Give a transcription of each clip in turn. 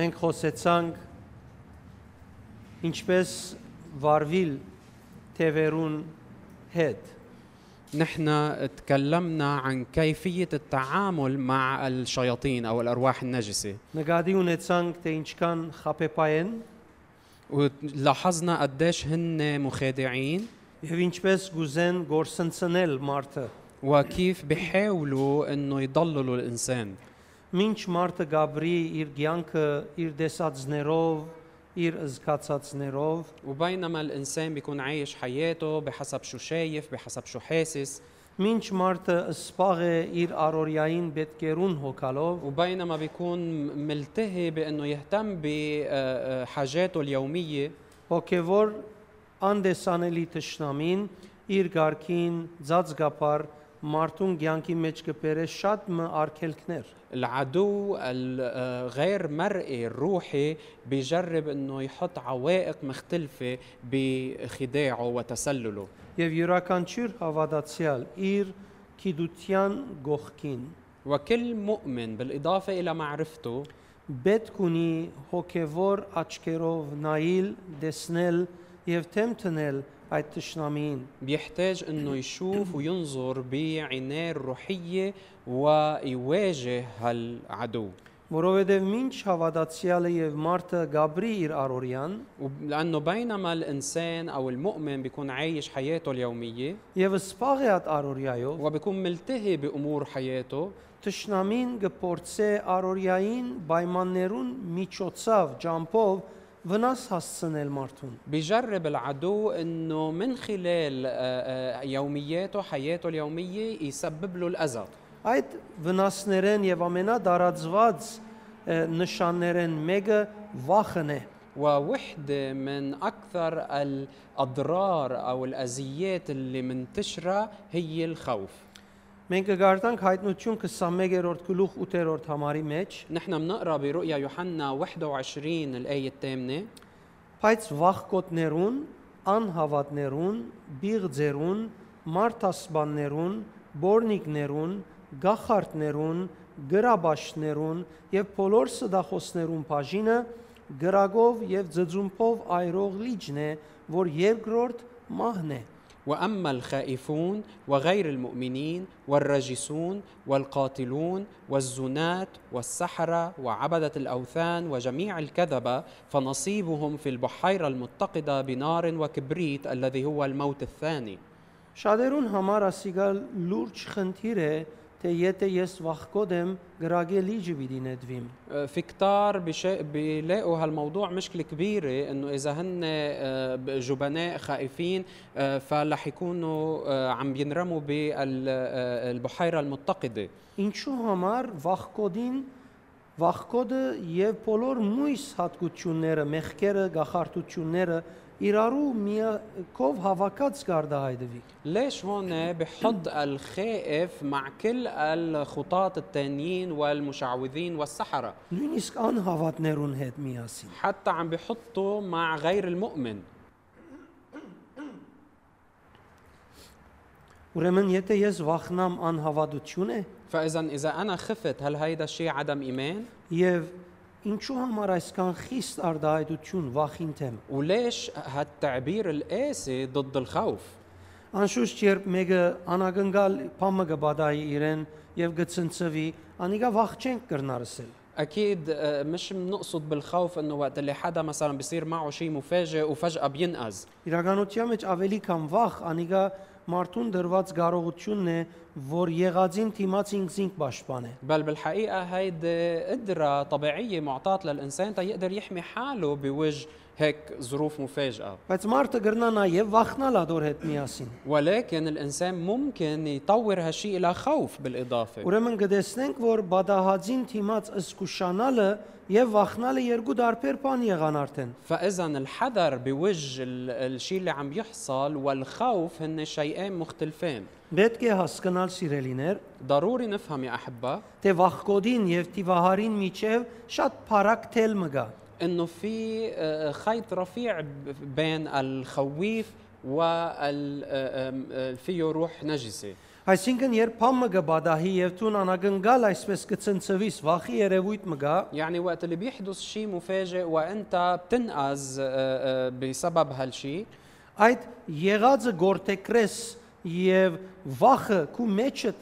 մենք խոսեցանք ինչպես վարվիլ թևերուն հետ نحن تكلمنا عن كيفية التعامل مع الشياطين أو الأرواح النجسة նկատի ունեցանք թե ինչքան խապեպայեն ولاحظنا قديش هن مخادعين եւ ինչպես գուզեն գործընծնել մարդը وكيف بيحاولوا انه يضللوا الانسان ինչ մարդը գաբրի իր ցանկը իր դեսածներով իր զգացածներով وبينما الانسان بيكون عايش حياته بحسب شو شايف بحسب شو حاسس ինչ մարդը սպաղ է իր առորյային բետկերուն հոգալով وبينما بيكون ملتهي بانه يهتم آه، بحاجاته اليوميه հոգևոր անդեսանելի ճշնամին իր ղարքին ծածկապար մարդուն ցանկի մեջ կբերե շատ մը արկելքներ العدو الغير مرئي الروحي بيجرب انه يحط عوائق مختلفه بخداعه وتسلله եւ յուրաքանչյուր հավատացյալ իր քիդության գողքին وكل مؤمن بالاضافه الى معرفته պետք ունի հոգևոր աչքերով նայել, դեսնել եւ թեմ տնել այդ ճշնամին։ بيحتاج انه يشوف وينظر بعينيه الروحيه ويواجه هالعدو Որովհետեւ ինչ հավատացյալը եւ մարդը գաբրի իր արորյան وب- لانه بينما الانسان او المؤمن بيكون عايش حياته اليوميه եւ սպաղ է այդ արորյայով, وبيكون ملتهي بامور حياته ճշնամին գործե արորյային պայմաններուն միջոցով ջամփով վնաս հասցնել մարդուն։ بيجرب العدو انه من خلال آه، آه، يومياته حياته اليوميه يسبب له الاذى Այդ վնասներեն եւ ամենադարածված ը, նշաններեն մեկը վախն է։ ووحده من اكثر الاضرار او الاذيات اللي منتشره هي الخوف Մենք կգարտանք հայտնություն 21-րդ գլուխ 8-րդ համարի մեջ, نحن بنقرا برؤيا يوحنا 21 الايه الثامنه բայց վախկոտներուն, անհավատներուն, բիղձերուն, մարտասբաններուն, բորնիկներուն, գախարտներուն, գրաբաշներուն եւ բոլոր սդախոսներուն բաժինը գրագով եւ ձձումփով այրող լիճն է, որ երկրորդ մահն է։ واما الخائفون وغير المؤمنين والرجسون والقاتلون والزنات والسحره وعبده الاوثان وجميع الكذبه فنصيبهم في البحيره المتقده بنار وكبريت الذي هو الموت الثاني Շատերուն համար ասիգալ լուրջ խնդիր է, թե եթե ես վախկոտ եմ, գրագե լիճը պիտի նետվիմ։ أه، في كتار بشا- بيلاقوا هالموضوع مشكله كبيره انه اذا هن أه، ب- جبناء خائفين أه، فلح يكونوا أه، عم أه، بينرموا بالبحيره المتقده Ինչու համար վախկոդին վախկոդը եւ բոլոր մույս հատկությունները, մեղքերը, գախարտությունները իրարու միակով հավաքած կարդահայտվի։ ليش هون بحط الخائف مع كل الخطاط التانيين والمشعوذين والسحرة Նույնիսկ անհավատներուն հետ միասին։ حتى عم بحطه مع غير المؤمن Ուրեմն եթե ես վախնամ անհավատություն է فإذا إذا أنا خفت هل هيدا الشيء عدم إيمان؟ եւ ինչու համար այսքան խիստ արդահայտություն վախին թեմ։ وليش هالتعبير القاسي ضد الخوف؟ Անշուշտ երբ մեկը անակնկալ փամը կբադայի իրեն եւ գցնծվի, անիկա վախ չենք կրնարսել։ أكيد آه، مش بنقصد بالخوف إنه وقت اللي حدا مثلا بصير معه شيء مفاجئ وفجأة بينقذ Իրականության մեջ ավելի քան վախ անիգա մարդուն դրված գարողությունն է, որ եղածին թիմած ինքնին պաշտպան է։ بل بالحقيقة هيدي قدرة طبيعية معطاة للإنسان تيقدر يحمي حاله بوجه هيك ظروف مفاجئة Բայց մարդը գրնա նաև վախնալ ադոր հետ միասին։ ولكن الإنسان ممكن يطور هالشيء إلى خوف بالإضافة Ուրեմն գտեսնենք, որ բադահածին թիմած ըսկուշանալը եւ վախնալը երկու տարբեր բան եղան արդեն։ فإذا الحذر بوجه ال- الشيء اللي عم يحصل والخوف هن شيئين مختلفين Պետք է հասկանալ սիրելիներ, ضروري نفهم يا أحبة թե վախկոդին եւ տիվահարին միջև շատ փարակ թել մգա։ إنه في آه، خيط رفيع ب- بين الخويف وال آه، آم، آه، فيه روح نجسة Այսինքն երբ փամը կբադահի եւ ցուն անակնկալ այսպես կցնցվիս, վախի երևույթ մգա, يعني وقت اللي بيحدث شيء مفاجئ وانت بتنقذ آه، آه، بسبب هالشيء այդ եղածը գործեկրես եւ վախը քու մեջդ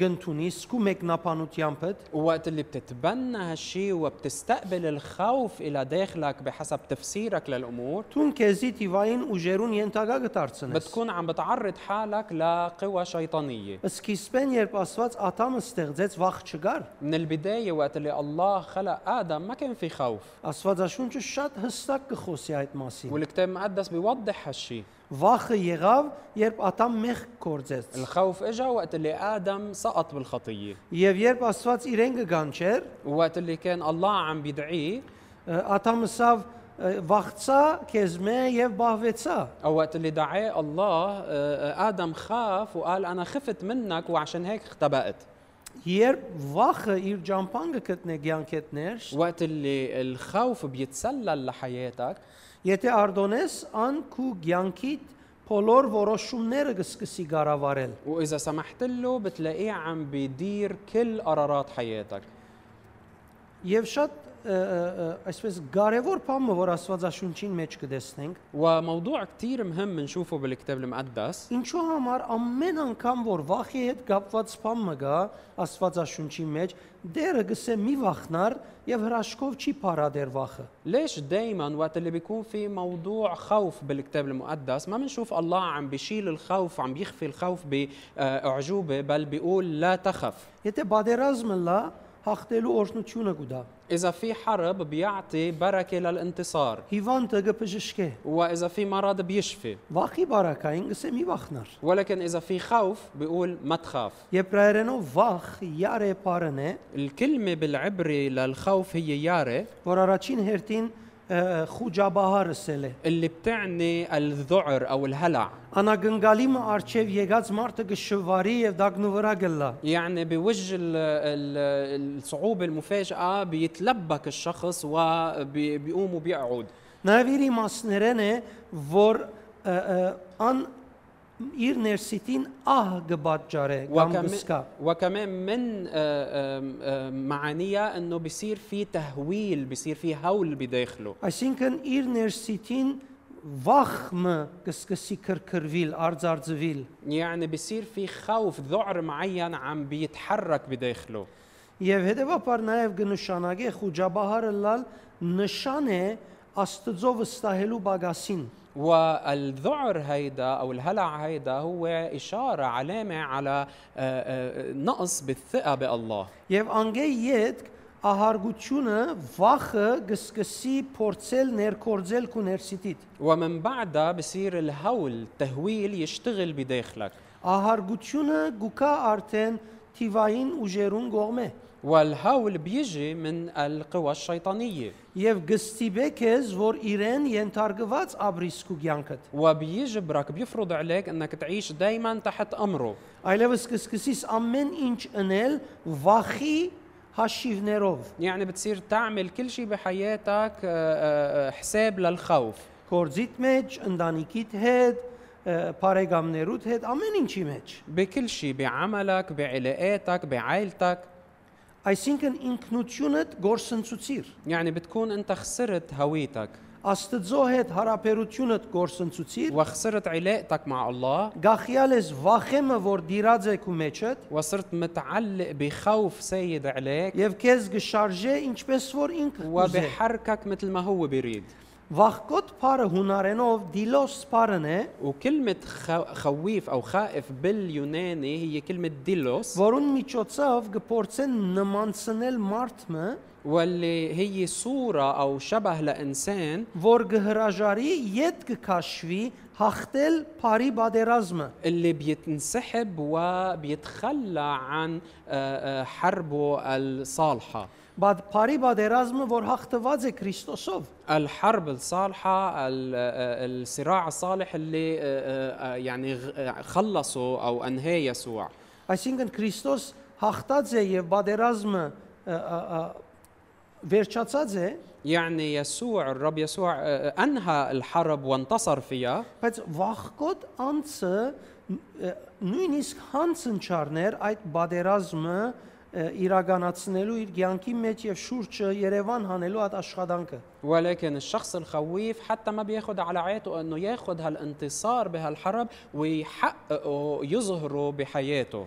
կգնթունիս, քու մեկնաբանությամբ وقت اللي بتتبنى هالشيء وبتستقبل الخوف الى داخلك بحسب تفسيرك للامور Տուն քեզի դիվային ուժերուն ենթակա կդարձնես։ بتكون عم بتعرض حالك لقوى شيطانيه Սկիզբեն երբ Աստված Աթամը ստեղծեց վախ չկար, من البدايه وقت اللي الله خلق ادم ما كان في خوف Աստվածաշունչը շատ հստակ կխոսի այդ մասին։ والكتاب المقدس بيوضح هالشيء Վախը եղավ, երբ Աթամ մեղ կործեց։ الخوف اجى وقت اللي ادم سقط بالخطيه Եվ երբ Աստված իրեն կգանչեր, وقت اللي كان الله عم بيدعيه Աթամը սավ վախցա քեզ մե եւ բահվեցա։ او وقت اللي دعاه الله آه، آه، ادم خاف وقال انا خفت منك وعشان هيك اختبأت Երբ վախը իր ճամփանգը գտնե ցանկետներ, وقت اللي الخوف بيتسلل لحياتك եթե արդոնես ան քու ցանկիտ բոլոր որոշումները կսկսի գարավարել։ واذا سمحت له بتلاقيه عم بيدير كل قرارات حياتك Եվ շատ ը, ը, ը, այսպես կարևոր բանը, որ Աստվածաշունչին մեջ կտեսնենք, وموضوع كتير مهم بنشوفه بالكتاب المقدس ինչու համար ամեն անգամ որ վախի հետ կապված բանը գա Աստվածաշունչի մեջ, դերը գսե մի վախնար եւ հրաշքով չի փարադեր վախը։ ليش دايما وقت اللي بيكون في موضوع خوف بالكتاب المقدس ما بنشوف الله عم بيشيل الخوف عم بيخفي الخوف بأعجوبة بل بيقول لا تخف Եթե բادرազմը լա հաղթելու օրհնությունը կուտա։ إذا في حرب بيعطي بركة للانتصار Հիվանդը կփժշկե։ وإذا في مرض بيشفي Վախի բարակային գսե մի վախնար։ ولكن إذا في خوف بيقول ما تخاف Եբրայերենով վախ յարե բարն է, الكلمة بالعبري للخوف هي يارة որ առաջին հերթին ը, խուջաբահարսել է։ اللي بتعني الذعر أو الهلع Անագնգալի մը արչև եկած մարդը կշվարի եւ դագնու վրա գլա։ يعني بوجه ال- ال- الصعوبة المفاجئة بيتلبك الشخص وبيقوم وبيقعد Նաեւ իր իմաստներեն է, որ ը, ը, ան իր ներսիտին ահ գբաճարե կամ وكم- գսկա։ وكمان من آه، آم، آم، معانيها انه بيصير في تهويل بيصير في هول بداخله Այսինքն իր ներսիտին վախը կսկսի քրքրվել, արձարձվել։ يعني بيصير في خوف ذعر معين عم بيتحرك بداخله Եվ հետևաբար նաև կնշանակե խոջաբահարը լալ նշան է Աստծո վստահելու բագասին։ والذعر هيدا او الهلع هيدا هو اشاره علامه على آه، آه، نقص بالثقه بالله Եվ անգե յետք ահարգությունը վախը կսկսի փորձել ներկործել քու ներսիտիդ։ ومن بعدها بصير الهول التهويل يشتغل بداخلك Ահարգությունը գուկա արդեն թիվային ուժերուն գողմե والهول بيجي من القوى الشيطانيه եւ գստիբե քեզ որ իրեն ենթարկված աբրիսկու ցանկդ وبيجبرك بيفرض عليك انك تعيش دائما تحت امره Այլևս կսկսիս ամեն ինչ ընել վախի հաշիվներով։ يعني بتصير تعمل كل شيء بحياتك آه، آه، آه، حساب للخوف Գործիտ մեջ, ընտանիքիդ հետ, ը, բարեկամներուդ հետ, ամեն ինչի մեջ։ بكل شيء بعملك بعلاقاتك بعائلتك Այսինքն ինքնությունդ գործընծուցիր։ يعني بتكون انت خسرت هويتك Աստծո հետ հարաբերությունդ գործընծուցիր։ وخسرت علاقتك مع الله Գախյալ ես վախեմը, որ դիրած է քու մեջդ, وصرت متعلق بخوف سيد عليك եւ քեզ գշարժե ինչպես որ ինքը ուզե։ وبحركك مثل ما هو بيريد Վախկոտ բարը հունարենով դիլոս բարն է, وكلمة خو- خويف أو خائف باليوناني هي كلمة ديلوس որուն միջոցով գործեն նմանցնել մարդը واللي هي صورة أو شبه لإنسان որ գհրաժարի յետ կքաշվի հաղթել բարի բادرազմը اللي بيتنسحب وبيتخلى عن آه، آه، حربه الصالحة բադ բարի բادرազմը որ հաղթված է քրիստոսով الحرب الصالحة ال- آه، الصراع الصالح اللي آه، آه، آه، يعني غ- آه، خلصه أو أنهاه يسوع այսինքն քրիստոս հաղթած է եւ բادرազմը ը, ը, ը, վերջացած է, يعني يسوع الرب يسوع آه، انهى الحرب وانتصر فيها բայց վախկոտ անցը ը, նույնիսկ հանցն չառներ այդ բادرազմը ը, իրականացնելու իր ցանկի մեջ եւ շուրջը Երևան հանելու այդ աշխատանքը։ ولكن الشخص الخويف حتى ما بياخد على عاتقه انه ياخد هالانتصار بهالحرب ويحققه يظهره بحياته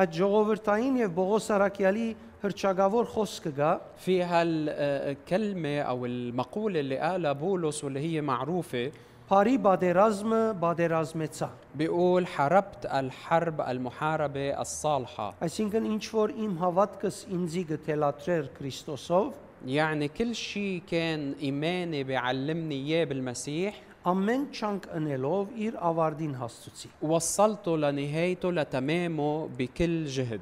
Այդ ժողովրդային եւ Բողոս Արաքյալի հրճագավոր խոսքը գա, في هالكلمة أو المقولة اللي قالها بولس واللي هي معروفة Փարի բادرազմը բادرազմեցա։ بيقول حاربت الحرب المحاربة الصالحة Այսինքն ինչ որ իմ հավատքս ինձի գտելատրեր Քրիստոսով, يعني كل شيء كان إيماني بيعلمني إياه بالمسيح ամեն չանկ ընելով իր ավարդին հասցուցի։ وصلته لنهايته لتمامه بكل جهد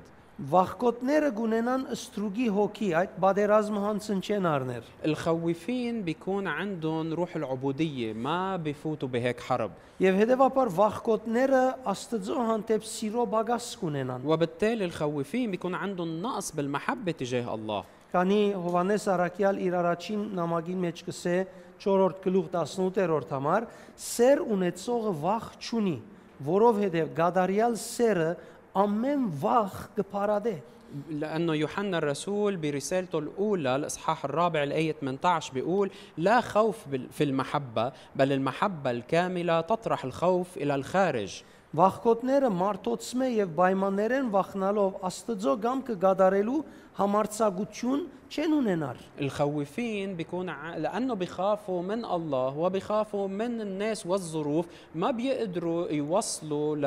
Վախկոտները գունենան ստրուգի հոգի, այդ բادرազմը հանցն չեն առներ։ الخويفين بيكون عندهم روح العبودية ما بيفوتوا بهيك حرب Եվ հետևաբար վախկոտները Աստծո հանդեպ սիրո բագաս կունենան։ وبالتالي الخويفين بيكون عندهم نقص بالمحبة تجاه الله Քանի Հովանես Արաքյալ իր առաջին նամակին մեջ կսե 4-րդ գլուխ 18-րդ համար, սեր ունեցողը վախ չունի, որովհետև գադարյալ սերը ամեն վախ կփարադե։ لأنه يوحنا الرسول برسالته الأولى الإصحاح الرابع الآية 18 بيقول لا خوف بال- في المحبة بل المحبة الكاملة تطرح الخوف إلى الخارج Վախկոտները մարտոցում է եւ պայմաններեն վախնալով Աստծո գամքը գադարելու համարցակություն չեն ունենար։ الخويفين بيكون ع- لأنه بيخافوا من الله وبيخافوا من الناس والظروف ما بيقدروا يوصلوا ل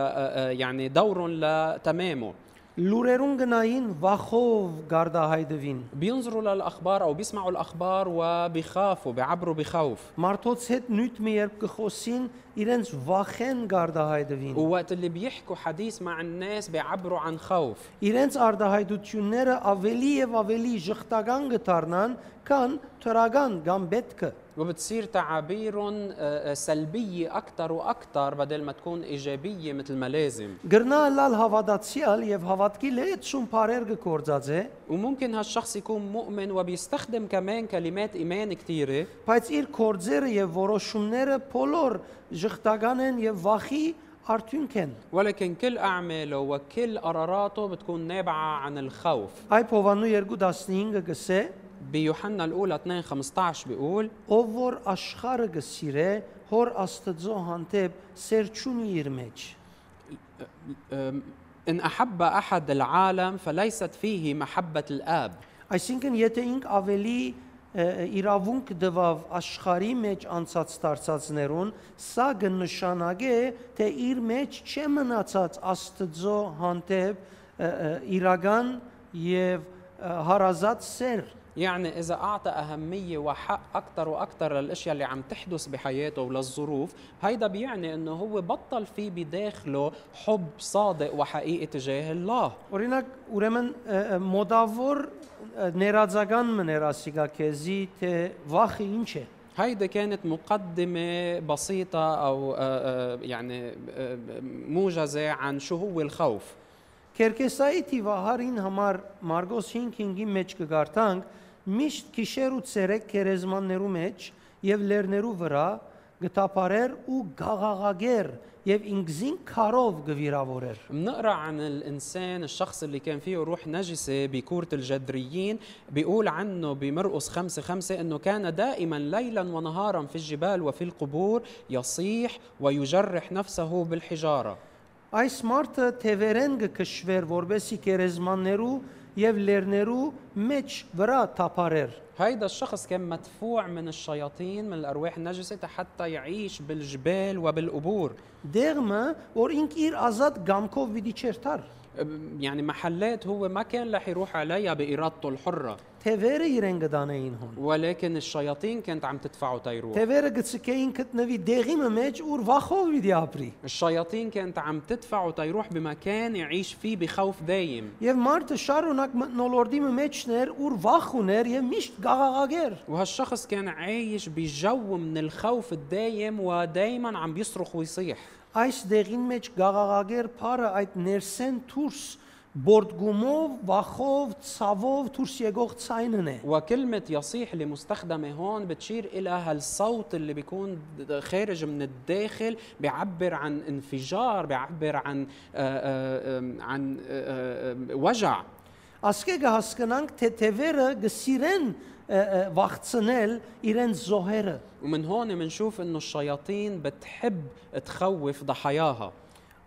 يعني دورهم لتمامه Լուրերուն գնային վախով գարդահայդվին։ بينظروا للأخبار أو بيسمعوا الأخبار وبيخافوا بيعبروا بخوف Մարտոց հետ նույթ մի երբ կխոսին, իրենց վախեն գարդահայդվին։ ووقت اللي بيحكوا حديث مع الناس بيعبروا عن خوف Իրենց արդահայդությունները ավելի եւ ավելի շղտական կդառնան, քան թրական կամ բետկը։ وبتصير تعابيرهم آه، آه، سلبية أكثر وأكثر بدل ما تكون إيجابية مثل ما لازم Գրնալալ հավատացյալ եւ հավատքի լետ շուն բարեր գործածե, وممكن هالشخص يكون مؤمن وبيستخدم كمان كلمات إيمان كثيرة բայց իր կորձերը եւ որոշումները բոլոր շղտական են եւ վախի արդյունք են։ ولكن كل أعماله وكل قراراته بتكون نابعة عن الخوف Այ Հովաննու 2:15-ը գսե, بيوحنا الأولى 2 15 بيقول ով որ աշխարը գսիրե, հոր Աստծո հանդեպ սերչունի իր մեջ։ أم، إن أحب أحد العالم فليست فيه محبة الآب Այսինքն եթե ինք ավելի ը, իրավունք դվավ աշխարի մեջ անցած դարձածներուն, սա կնշանակե, թե իր մեջ չի մնացած Աստծո հանդեպ ը, ը, իրական եւ ը, հարազատ սեր։ يعني إذا أعطى أهمية وحق أكثر وأكثر للأشياء اللي عم تحدث بحياته وللظروف هيدا بيعني أنه هو بطل في بداخله حب صادق وحقيقي تجاه الله Օրինակ, ուրեմն ը, ը, մոդավոր ը, ներածական մներասիկա քեզի թե վախը ինչ է։ هيدا كانت مقدمة بسيطة أو آه، آه، يعني آه، موجزة عن شو هو الخوف Կերկեսայի Տիվահարին համար Մարգոս 5:5-ի մեջ կգարտանք միշտ քիշեր ու ցերեկ քերեզմաններու մեջ եւ լերներու վրա գտապարեր ու գաղաղագեր եւ ինքզին քարով գվիրավորեր։ بنقرا عن الانسان الشخص اللي كان فيه روح نجسه بكوره الجدريين بيقول عنه بمرقس خمسة خمسة انه كان دائما ليلا ونهارا في الجبال وفي القبور يصيح ويجرح نفسه بالحجاره Այս մարդը թևերեն կքշվեր, որբեսի քերեզմաններու եւ լերներու մեջ վրա թափարեր։ هيدا الشخص كان مدفوع من الشياطين من الارواح النجسه حتى يعيش بالجبال وبالقبور դեղը, որ ինք իր ազատ գամքով պիտի չերթար։ يعني محلات هو ما كان رح يروح عليها بارادته الحره Թևերը իրեն գտանեին հոն։ ولكن الشياطين كانت عم تدفعه تيروح Թևերը գցկեին գտնվի դեղի մը մեջ, ուր վախով պիտի ապրի։ الشياطين كانت عم تدفعه تيروح بمكان يعيش فيه بخوف دايم Եվ մարդը շարունակ մտնոլորդի մը մեջներ, ուր վախ ուներ եւ միշտ գաղաղագեր։ وهالشخص كان عايش بجو من الخوف الدايم ودايما عم بيصرخ ويصيح Այս դեղին մեջ գաղաղագեր փարը այդ ներսեն դուրս բորդգումով, վախով, ցավով դուրս եկող ցայնն է։ وكلمة يصيح اللي مستخدمة هون بتشير إلى هالصوت اللي بيكون خارج من الداخل بيعبر عن انفجار بيعبر عن آآ آآ عن آآ آآ وجع Ասկե կհասկանանք, թե թևերը գսիրեն ը, ը, վախցնել իրենց զոհերը։ ومن هون بنشوف إنه الشياطين بتحب تخوف ضحاياها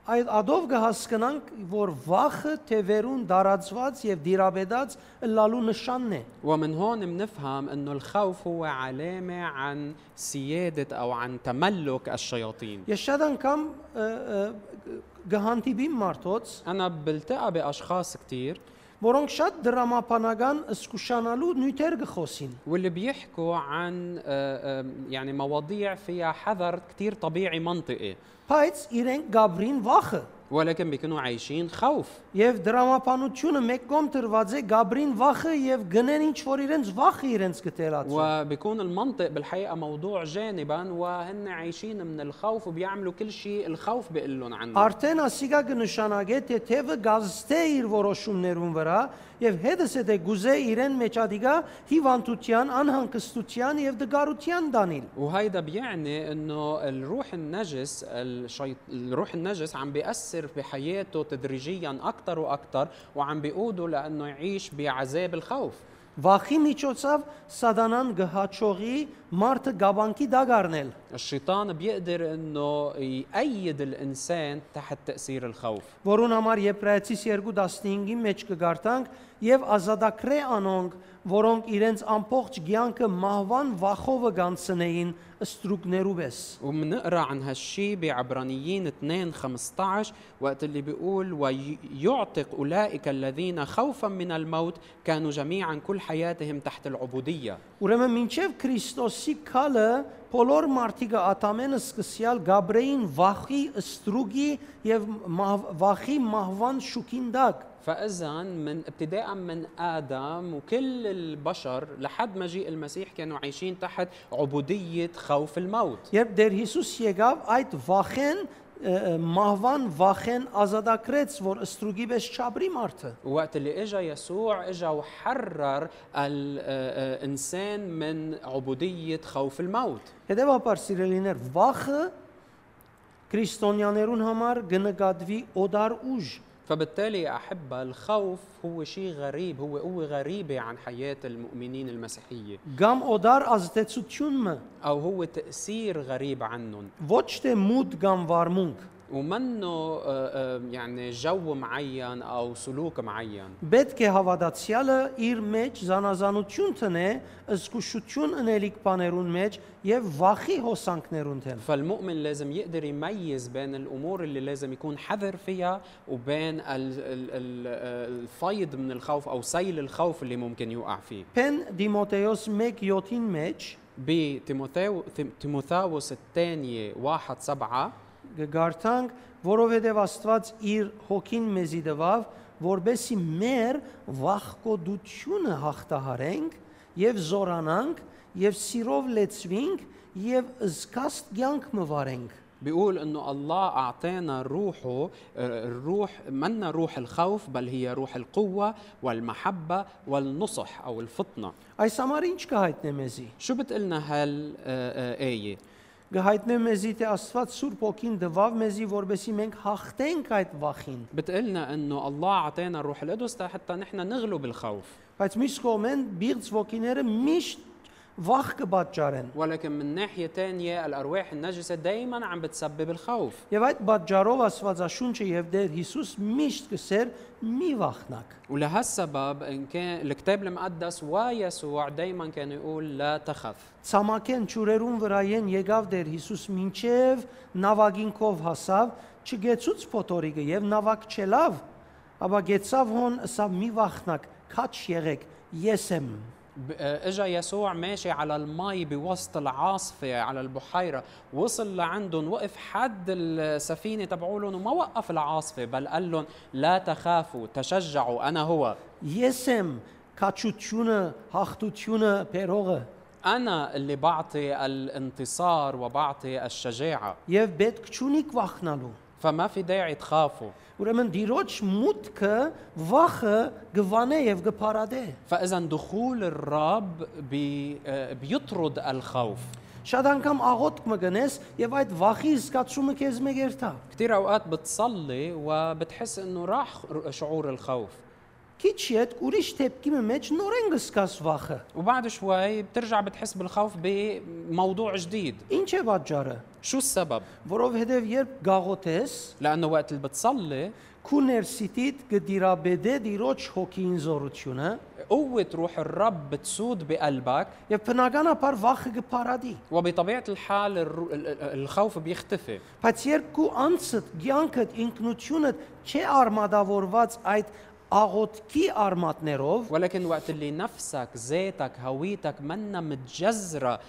Այդ ադով կհասկանանք, որ վախը թևերուն դարածված եւ դիրաբեդած լալու նշանն է։ ومن هون بنفهم إنه الخوف هو علامة عن سيادة أو عن تملك الشياطين Ես շատ անգամ ը, ը, գհանդիպիմ մարդոց, أنا بلتقى بأشخاص كتير որոնք շատ դրամապանական զսկուշանալու նյութեր գխոսին։ واللي بيحكوا عن آه، آه، يعني مواضيع فيها حذر كتير طبيعي منطقي Բայց իրենք գաբրին վախը ولكن بيكونوا عايشين خوف Եվ դրամապանությունը մեկ կողմ դրված է Գաբրին վախը եւ գնեն ինչ որ իրենց վախը իրենց գտելած։ وبيكون المنطق بالحقيقة موضوع جانبا وهن عايشين من الخوف وبيعملوا كل شيء الخوف بيقول لهم عنه Արդեն ասիկա կնշանակե թե թևը գազստե իր որոշումներուն վրա եւ հետս է թե գուզե իրեն մեջ ադիգա հիվանդության, անհանգստության եւ դգարության դանիլ։ وهيدا بيعني انه الروح النجس الشيط... الروح النجس عم بيأثر بحياته تدريجيا اكثر واكثر وعم بيقوده لانه يعيش بعذاب الخوف Վախի միջոցով սատանան գհաճողի մարդը գաբանքի դագարնել։ الشيطان بيقدر انه يأيد الانسان تحت تأثير الخوف որուն համար Եբրայեցիս 2:15-ի մեջ կգարտանք եւ ազատագրե անոնք, որոնք իրենց ամբողջ ցանկը մահվան վախովը գանցնեին ստրուկներուպես։ وبنقرا عن هالشي بعبرانيين 2 15 وقت اللي بيقول ويعتق اولئك الذين خوفا من الموت كانوا جميعا كل حياتهم تحت العبوديه Ուրեմն մինչև Քրիստոսի քալը բոլոր մարդիկը ատամենը սկսյալ Գաբրեին վախի ստրուկի եւ մահ- վախի մահվան շուկին դակ։ فاذا من ابتداء من ادم وكل البشر لحد مجيء المسيح كانوا عايشين تحت عبوديه خوف الموت Երբ Տեր Հիսուս եկավ այդ վախեն ը, ը, մահվան վախեն ազատագրեց, որ ստրուկի պես չաբրի մարդը։ وقت اللي اجى يسوع اجى وحرر الانسان من عبوديه خوف الموت Հետևաբար սիրելիներ, վախը քրիստոնյաներուն համար գնկատվի օդար ուժ, فبالتالي يا احبه الخوف هو شيء غريب هو قوه غريبه عن حياه المؤمنين المسيحيه կամ օդար ազդեցությունը, او هو تاثير غريب عنهم ոչ թե մութ կամ վարմունք։ ومنه آه، آه، يعني جو معين او سلوك معين Պետք է հավատացյալը իր մեջ զանազանություն տնե, զգուշություն ընելիք բաներուն մեջ եւ վախի հոսանքներուն թեմ։ فالمؤمن لازم يقدر يميز بين الامور اللي لازم يكون حذر فيها وبين ال- ال- ال- الفيض من الخوف او سيل الخوف اللي ممكن يوقع فيه Փեն Դիմոթեոս 1:7-ին մեջ بتيموثاو تيم- تيموثاوس الثانية واحد سبعة գարտանք, որովհետև Աստված իր հոգին մեզի տվավ, որբեսի մեր վախկոդությունը հաղթահարենք եւ զորանանք եւ սիրով լեցվենք եւ զգաստ կյանք մվարենք։ بيقول انه الله اعطانا روحه آه، الروح منا روح الخوف بل هي روح القوة والمحبة والنصح او الفطنة Այս համար ինչ կհայտնե մեզի։ شو بتقلنا آه، هالآية؟ Կհայտնե մեզի, թե Աստված Սուրբ Հոգին տվավ մեզի, որբեսի մենք հաղթենք այդ վախին։ بتقلنا انه الله اعطانا الروح القدس حتى نحن نغلب الخوف Բայց միշտ կողմեն բիղծ ոգիները միշտ վախ կբաճարեն։ ولكن من ناحية تانية الأرواح النجسة دايما عم بتسبب الخوف Եվ այդ պատճառով Աստվածաշունչը եւ Տեր Հիսուս միշտ կսեր մի վախնակ։ ولهالسبب إن كان الكتاب المقدس ويسوع دايما كان يقول لا تخف Ցամաքեն ճուրերուն վրայեն եկավ Տեր Հիսուս մինչև նավագինքով հասավ, չգեցուց փոթորիկը եւ նավակ չելավ, ապա գեցավ հոն սա մի վախնակ, քաչ եղեք, ես եմ։ ب- آه، اجا يسوع ماشي على المي بوسط العاصفة على البحيرة وصل لعندهم وقف حد السفينة تبعولن وما وقف العاصفة بل قال لهم لا تخافوا تشجعوا أنا هو Ես եմ քաչությունը, հաղթությունը, բերողը։ أنا اللي بعطي الانتصار وبعطي الشجاعة Եվ պետք չունիք վախնալու։ فما في داعي تخافوا Ուրեմն Տիրոջ մուտքը վախը գվանե եւ գփարադե։ فاذا دخول الرب بي آه، بيطرد الخوف Շատ անգամ աղոթք մգնես եւ այդ վախի զգացումը քեզ մերտա։ كثير اوقات بتصلي وبتحس انه راح شعور الخوف Քիչ հետ ուրիշ դեպքի մեջ նորեն գսկաս վախը։ وبعد شوي بترجع بتحس بالخوف بموضوع جديد Ինչ է պատճառը, شو السبب որովհետեւ երբ գաղոթես, لانه وقت اللي بتصلي քու ներսիտիդ գդիրաբեդե Տիրոջ հոգին զորությունը قوة روح الرب بتسود بقلبك եւ բնականաբար վախը գփարադի։ وبطبيعة الحال الر- ال- ال- الخوف بيختفي Բայց երբ քու անցդ, ցանկդ, ինքնությունդ չէ արմատավորված այդ աղոթքի արմատներով, ولكن وقت اللي نفسك ذاتك هويتك منا متجذرة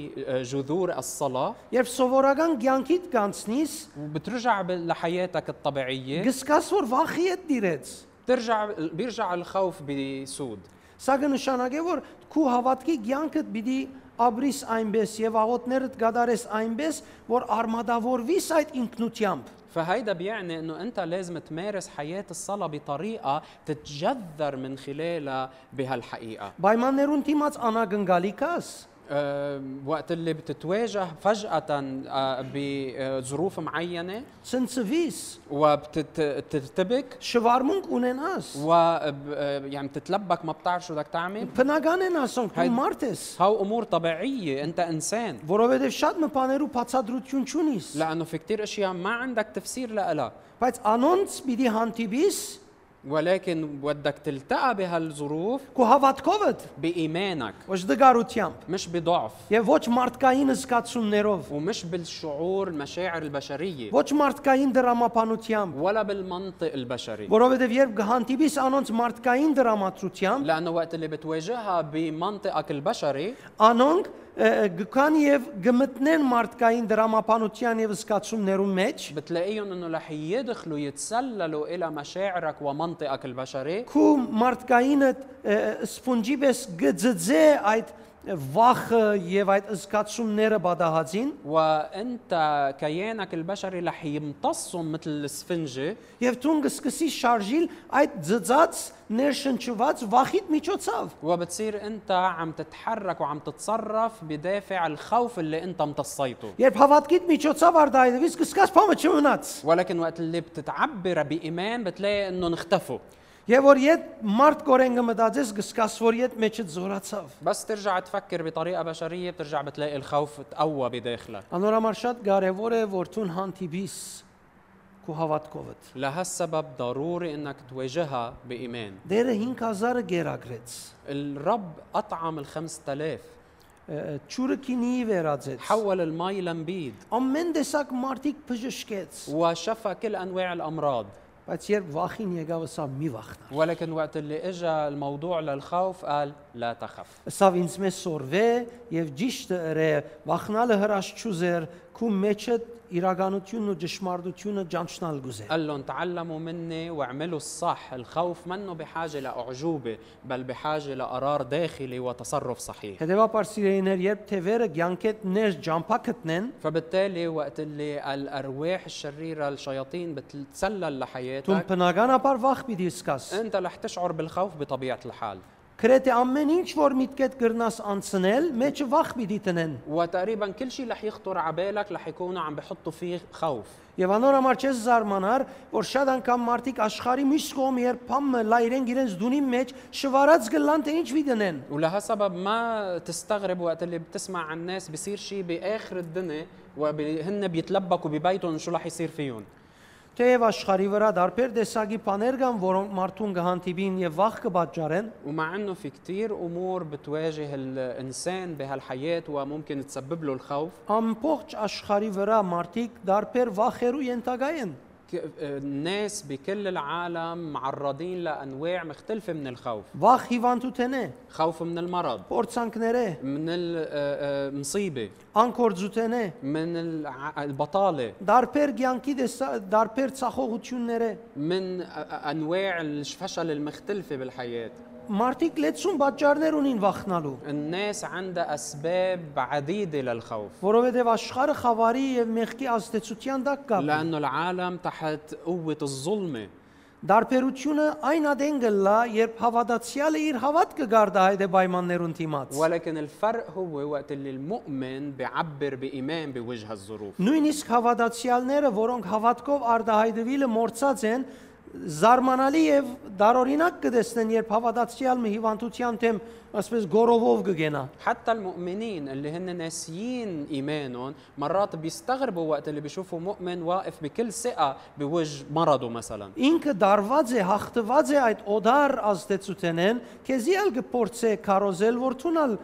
بجذور الصلاة Երբ սովորական ցանկիդ կանցնես, وبترجع ب- لحياتك الطبيعية գսկաս որ վախի հետ դիրեց։ بترجع بيرجع الخوف بسود Սա կնշանակե որ քու հավատքի ցանկդ պիտի աբրիս այնպես եւ աղոտներդ գադարես այնպես, որ արմադավորվիս այդ ինքնությամբ։ فهيدا بيعني انه انت لازم تمارس حياة الصلاة بطريقة تتجذر من خلالها بهالحقيقة Պայմաններուն դիմաց անակնկալի կաս։ أه وقت اللي بتتواجه فجأة آه، بظروف معينة Ցնցվիս, وبترتبك շվարմունք ունենաس։ و يعني بتتلبك ما بتعرف شو بدك تعمل Բնական են ասում, քու Հայ- մարդ ես, هاو امور طبيعيه انت انسان որովհետեւ շատ մփաներու բացադրություն չունիս։ لانه في كتير اشياء ما عندك تفسير لها Բայց անոնց պիտի հանդիպիս ولكن بدك تلتقى بهالظروف քու հավատքովդ, بايمانك ոչ դգարությամբ։ مش بضعف Եվ ոչ մարդկային զգացումներով, ومش بالشعور المشاعر البشريه ոչ մարդկային դրամապանությամբ, ولا بالمنطق البشري որովհետև երբ գհանդիպիս անոնց մարդկային դրամատրությամբ, لانه وقت اللي بتواجهها بمنطقك البشري անոնք ը, ը, գքան եւ գմտնեն մարդկային դրամապանության եւ զգացումներու մեջ, بتلاقيهم انه رح يدخلوا يتسللوا الى مشاعرك ومنطقك البشري քու մարդկայինը սփունջի պես գծծե այդ վախը եւ այդ զգացումները բադահացին وانت كيانك البشري رح يمتصهم مثل الاسفنجه եւ ցուն կսկսի շարժիլ այդ ծծած ներշնչված վախիդ միջոցով وبتصير انت عم تتحرك وعم تتصرف بدافع الخوف اللي انت امتصيته երբ հավատքիդ միջոցով արդայնվից կսկաս փամը չմնաց ولكن وقت اللي بتتعبر بايمان بتلاقي انهم اختفوا Եվ որ իդ մարդ կորենգը մտածես գսկաս որ իդ մեջը զորացավ։ بس ترجع تفكر بطريقه بشريه بترجع بتلاقي الخوف تقوى بداخلك Անորոմար շատ կարևոր է որ ցուն հանդիպիս քու հավատքովդ։ لهالسبب ضروري انك تواجهها بايمان Դերը 5000-ը գերագրեց։ الرب اطعم ال 5000 ը, Ճուրը քինի վերածեց։ حول المي لنبيد Ամեն տեսակ մարդիկ բժշկեց, وشفى كل انواع الامراض բայց երբ վախին եկավ, սա մի վախնա։ ولكن وقت اللي اجى الموضوع للخوف قال لا تخف Սա ինձ մեզ սորվե եւ ճիշտը ըրե վախնալը հրաշ չուզեր, քու մեջը իրականությունն ու ճշմարտությունը ճանչնալ գուզե։ قال لهم تعلموا مني واعملوا الصح الخوف منه بحاجة لأعجوبة بل بحاجة لقرار داخلي وتصرف صحيح Հետևաբար սիրեիներ, երբ թևերը ցանկետ ներ ջամփա գտնեն, فبالتالي وقت اللي الأرواح الشريرة الشياطين بتتسلل Դու لحياتك բնականաբար վախ պիտի սկաս։ أنت رح تشعر بالخوف بطبيعة الحال Գրեթե ամեն ինչ որ միտքդ գրնաս անցնել, մեջը վախ պիտի տնեն։ وتقريبا كل شيء رح يخطر على بالك رح يكونوا عم بحطوا فيه خوف Եվ անորոմար չես զարմանար, որ շատ անգամ մարդիկ աշխարի մյուս կողմ երբ փամը լա իրենք իրենց դունի մեջ շվարած գլան թե ինչ վիդնեն։ ولهالسبب ما تستغرب وقت اللي بتسمع عن الناس بيصير شيء باخر الدنيا وهن بيتلبكوا ببيتهم شو رح يصير فيهم Թեև աշխարի վրա դարբեր տեսակի բաներ կան, որոնք մարդուն կհանդիպին եւ վախ կբաճարեն, ومع انه في كتير امور بتواجه الانسان بهالحياه وممكن تسبب له الخوف ամբողջ աշխարի վրա մարդիկ դարբեր վախերու ենթակա են։ ك- الناس بكل العالم معرضين لانواع مختلفه من الخوف Վախ հիվանդություն է, خوف من المرض փորձանքներ է, من المصيبه անկորձություն է, من الع- البطاله Դարբեր ցանկի դեսա դարբեր ցախողությունները من أ- أ- انواع الفشل المختلفه بالحياه մարդիկ լեցուն պատճառներ ունին վախնալու, الناس عندها أسباب عديدة للخوف որովհետև աշխարհը խավարի եւ մեղքի ազդեցության տակ կա։ لأنه العالم تحت قوة الظلمة Դարբերությունը այն ադենգը լա, երբ հավատացյալը իր հավատքը գարդա այդ պայմաններուն դիմաց։ ولكن الفرق هو وقت اللي المؤمن بيعبر بإيمان بوجه الظروف Նույնիսկ հավատացյալները, որոնք հավատքով արդահայտվիլը մորցած են, զարմանալի եւ դարօրինակ կտեսնեն, երբ հավատացյալը հիվանդության դեմ, ասես գորովով կգենա։ حتى المؤمنين اللي هن ناسيين ايمانهم مرات بيستغربوا وقت اللي بيشوفوا مؤمن واقف بكل ثقه بوجه مرضه مثلا Ինքը դարված է, հաղթված է այդ օդար ազդեցությունեն, քեզի էլ կփորձե կարոզել որ ցունալ